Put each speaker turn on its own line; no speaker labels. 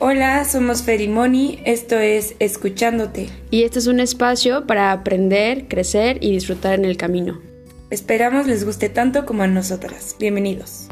Hola, somos Ferimoni, esto es Escuchándote.
Y este es un espacio para aprender, crecer y disfrutar en el camino.
Esperamos les guste tanto como a nosotras. Bienvenidos.